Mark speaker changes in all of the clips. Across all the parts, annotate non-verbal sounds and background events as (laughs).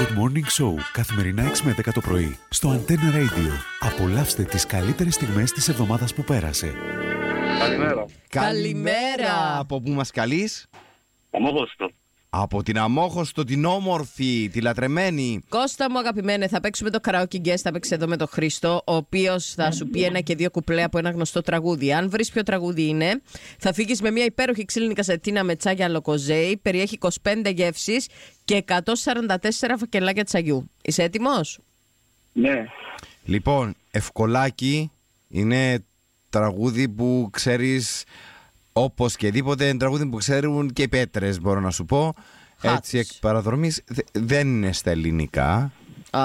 Speaker 1: Good Morning Show, καθημερινά 6 με 10 το πρωί, στο Antenna Radio. Απολαύστε τις καλύτερες στιγμές της εβδομάδας που πέρασε.
Speaker 2: Καλημέρα.
Speaker 3: Καλημέρα.
Speaker 4: Από πού μας καλείς?
Speaker 2: Ομόχωστο.
Speaker 4: Από την αμόχωστο, την όμορφη, τη λατρεμένη.
Speaker 3: Κώστα μου, αγαπημένε, θα παίξουμε το karaoke guest, θα παίξεις εδώ με τον Χρήστο, ο οποίος θα σου πει ένα και δύο κουπλέ από ένα γνωστό τραγούδι. Αν βρεις ποιο τραγούδι είναι, θα φύγεις με μια υπέροχη ξύλινη κασετίνα με τσάγια λοκοζέι, περιέχει 25 γεύσεις και 144 φακελάκια τσαγιού. Είσαι έτοιμος?
Speaker 2: Ναι.
Speaker 4: Λοιπόν, Ευκολάκι είναι τραγούδι που ξέρεις όπως και δίποτε, είναι τραγούδι που ξέρουν και οι πέτρες μπορώ να σου πω.
Speaker 3: Χάτς.
Speaker 4: Έτσι εκ παραδρομής δε- δεν είναι στα ελληνικά,
Speaker 3: Α,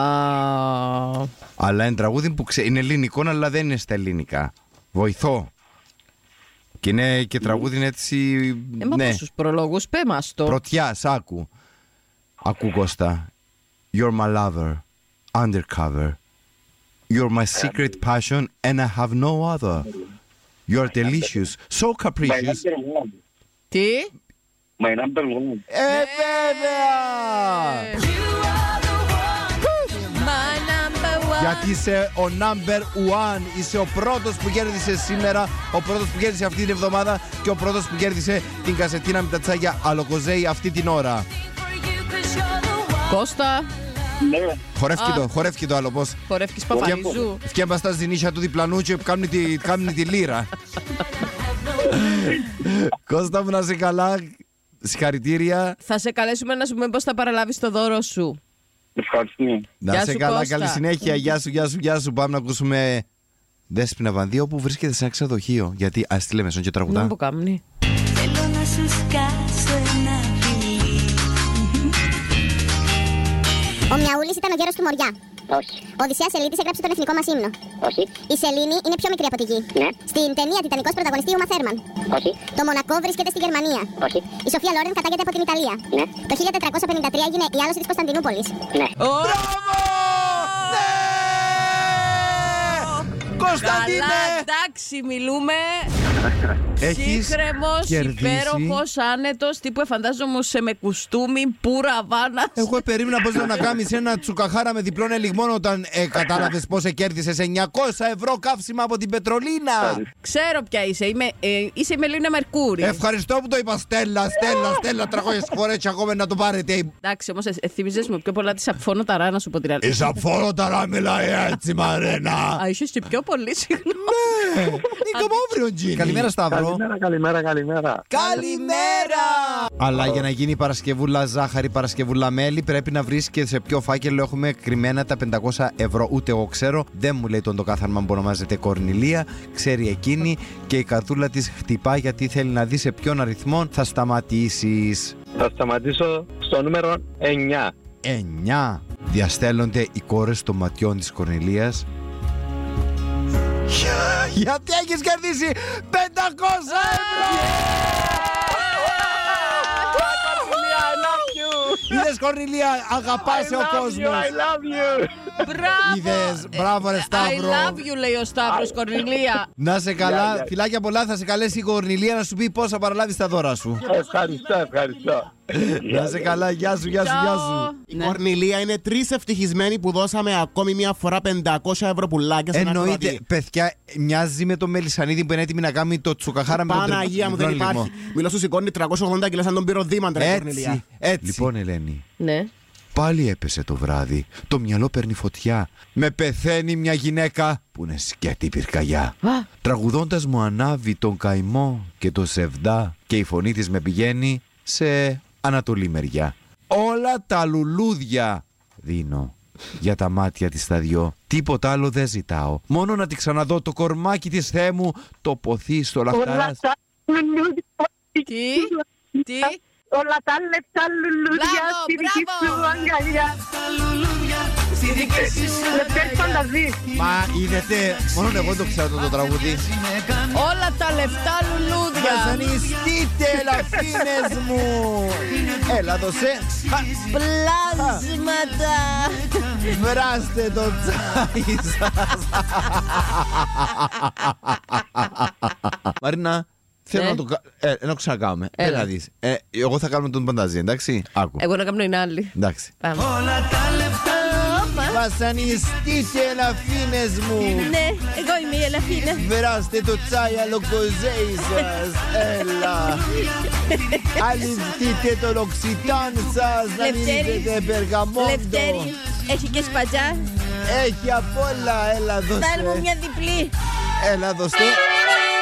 Speaker 4: αλλά είναι τραγούδι που ξε... είναι ελληνικό αλλά δεν είναι στα ελληνικά. Βοηθώ. Και είναι και τραγούδι είναι έτσι,
Speaker 3: ε, μα
Speaker 4: ναι,
Speaker 3: πόσους προλόγους, πέ μας το.
Speaker 4: πρωτιάς, άκου. Ακού Κώστα. You're my lover, undercover. You're my secret passion and I have no other. You're delicious, so
Speaker 2: My
Speaker 4: capricious.
Speaker 2: number one.
Speaker 3: Τι?
Speaker 2: My number one.
Speaker 4: Ε, βέβαια!
Speaker 3: My number one.
Speaker 4: Γιατί είσαι ο number one, είσαι ο πρώτος που κέρδισε σήμερα, ο πρώτος που κέρδισε αυτή την εβδομάδα και ο πρώτος που κέρδισε την κασετίνα με τα τσάγια αλοκοζέι αυτή την ώρα.
Speaker 3: Κώστα,
Speaker 2: Ναι.
Speaker 4: Χορεύκει
Speaker 3: Α.
Speaker 4: το, χορεύκει το άλλο πώς.
Speaker 3: χορεύκεις Παπαϊζού.
Speaker 4: Φτιάμπα στα ζυνίσια του διπλανού και κάνουν τη, κάνουν τη λύρα. Κώστα μου να σε καλά, συγχαρητήρια.
Speaker 3: Θα σε καλέσουμε να σου πούμε πώς θα παραλάβεις το δώρο σου.
Speaker 2: Ευχαριστώ.
Speaker 4: Να
Speaker 3: Γεια
Speaker 4: σε
Speaker 3: σου,
Speaker 4: καλά,
Speaker 3: Κώστα.
Speaker 4: καλή συνέχεια. Γεια σου, γεια σου, γεια σου. Πάμε να ακούσουμε Δέσποινα Βανδίο που βρίσκεται σε ένα ξενοδοχείο. Γιατί ας τη λέμε, σαν και τραγουδά.
Speaker 3: Δεν μου κάμνει.
Speaker 5: Θέλω να σου σκάσω ένα φιλί
Speaker 6: Ο Μιαούλης ήταν ο γέρος του Μωριά.
Speaker 7: Όχι,
Speaker 6: Ο Οδυσσέας Ελίτη έγραψε τον εθνικό μας ύμνο.
Speaker 7: όχι,
Speaker 6: Η Σελήνη είναι πιο μικρή από τη γη.
Speaker 7: ναι,
Speaker 6: Στην ταινία Τιτανικός πρωταγωνιστής Ούμα Θέρμαν.
Speaker 7: όχι,
Speaker 6: Το Μονακό βρίσκεται στη Γερμανία.
Speaker 7: όχι,
Speaker 6: Η Σοφία Λόρεν κατάγεται από την Ιταλία.
Speaker 7: ναι,
Speaker 6: Το 1453 έγινε η άλωση της Κωνσταντινούπολης.
Speaker 7: ναι.
Speaker 4: Μπράβο! Ναι!
Speaker 3: Καλά,
Speaker 4: Κωνσταντίνε!
Speaker 3: εντάξει, μιλούμε.
Speaker 4: Έχεις
Speaker 3: Σύγχρεμο,
Speaker 4: κερδίσει.
Speaker 3: υπέροχος, άνετος, τύπου εφαντάζομαι σε με κουστούμι, πουρα βάνα.
Speaker 4: Εγώ περίμενα πώ να κάνεις ένα τσουκαχάρα με διπλών ελιγμών όταν ε, κατάλαβες πώ κέρδισε 900 ευρώ καύσιμα από την Πετρολίνα.
Speaker 3: Ξέρω ποια είσαι. Είμαι, ε, είσαι η Μελίνα Μερκούρη.
Speaker 4: Ευχαριστώ που το είπα, Στέλλα, Στέλλα, Στέλλα, 300 φορέ ακόμα να το πάρετε.
Speaker 3: Εντάξει, όμως ε, θύμιζες μου πιο πολλά τη Σαπφόνο Ταράνα σου πω την αλήθεια.
Speaker 4: Είσαι φόρο τα ράμιλα, έτσι μαρένα.
Speaker 3: Α, είσαι και πιο πολύ, συγγνώμη.
Speaker 4: Καλημέρα, Σταύρο.
Speaker 8: καλημέρα, καλημέρα.
Speaker 4: Ναι, Καλημέρα! Αλλά για να γίνει παρασκευούλα ζάχαρη, παρασκευούλα μέλι, πρέπει να βρεις και σε ποιο φάκελο έχουμε κρυμμένα τα 500 ευρώ. Ούτε εγώ ξέρω. Δεν μου λέει τον το κάθαρμα που ονομάζεται Κορνιλία. Ξέρει εκείνη και η καρδούλα της χτυπά γιατί θέλει να δει σε ποιον αριθμό θα σταματήσεις.
Speaker 8: Θα σταματήσω στο νούμερο 9.
Speaker 4: 9. Διαστέλλονται οι κόρες των ματιών της Κορνηλίας. Γιατί έχεις κερδίσει 500 ευρώ! Είδες Κορνηλία, αγαπάς ο κόσμος.
Speaker 3: Μπράβο!
Speaker 4: Είδες, μπράβο ρε
Speaker 3: I
Speaker 4: Σταύρο.
Speaker 3: love you, λέει ο Σταύρος Κορνηλία.
Speaker 4: Να σε
Speaker 8: Yeah,
Speaker 4: καλά,
Speaker 8: yeah.
Speaker 4: φιλάκια πολλά, θα σε καλέσει η Κορνηλία να σου πει πώς θα παραλάβεις τα δώρα σου.
Speaker 8: Ευχαριστώ, ευχαριστώ.
Speaker 4: Να σε καλά, γεια σου, γεια σου, γεια σου.
Speaker 9: Η Κορνηλία είναι τρεις ευτυχισμένοι που δώσαμε ακόμη μια φορά 500 ευρώ πουλάκια σε έναν
Speaker 4: Εννοείται,
Speaker 9: ακροατή.
Speaker 4: παιδιά, μοιάζει με το Μελισανίδη που είναι έτοιμη να κάνει το τσουκαχάρα με τον
Speaker 9: Παναγία μου δεν
Speaker 4: τριπλό λιγμό.
Speaker 9: υπάρχει. Μιλώ σου σηκώνει 380 κιλά σαν τον πυροδίμαντρα η Κορνηλία.
Speaker 4: έτσι. Λοιπόν, Ελένη,
Speaker 3: Ναι.
Speaker 4: πάλι έπεσε το βράδυ. Το μυαλό παίρνει φωτιά. Με πεθαίνει μια γυναίκα που είναι σκέτη πυρκαγιά. Τραγουδώντας μου ανάβει τον καημό και το σεβδά και η φωνή της με πηγαίνει σε ανατολή μεριά. Όλα τα λουλούδια δίνω για τα μάτια της τα δυο. Τίποτα άλλο δεν ζητάω. Μόνο να τη ξαναδώ το κορμάκι της Θεέ μου, το ποθεί στο λαχταράς.
Speaker 3: Τι, τι.
Speaker 7: Όλα τα λεπτά λουλούδια
Speaker 3: Μπράβο,
Speaker 7: στη δική
Speaker 3: μπράβο.
Speaker 7: σου αγκαλιά. Λεπτές φανταζίες.
Speaker 4: Μα είδατε, μόνο εγώ το ξέρω το τραγούδι.
Speaker 3: Όλα τα λεφτά
Speaker 4: ναι.
Speaker 3: λουλούδια.
Speaker 4: Βασανιστείτε, ελαφίνες μου! Έλα, δώσε. Α,
Speaker 3: Πλάσματα.
Speaker 4: Βράστε το τσάι σας. Μαρίνα, Θέλω
Speaker 3: Ναι.
Speaker 4: να το κα- ε, να το ξανακάνουμε.
Speaker 3: Έλα.
Speaker 4: Έλα να δεις. Ε, εγώ θα κάνουμε τον πανταζή, εντάξει. Άκου.
Speaker 3: Εγώ να κάνω είναι άλλη.
Speaker 4: Εντάξει.
Speaker 3: Πάμε.
Speaker 4: Βασανιστήσε ελαφίνες μου.
Speaker 3: Ναι, εγώ είμαι η Ελαφίνα.
Speaker 4: Βεράστε το τσάι αλοκοζέι σας.
Speaker 3: (laughs)
Speaker 4: Έλα. Αλυφτείτε τον οξιτάν σας. Να μην
Speaker 3: Λευτέρη.
Speaker 4: είστε περγαμόντο.
Speaker 3: Λευτέρη, έχει και σπατζά.
Speaker 4: Έχει απ' όλα. Έλα
Speaker 3: Δάρ μου
Speaker 4: δώστε.
Speaker 3: μια διπλή.
Speaker 4: Έλα δώστε.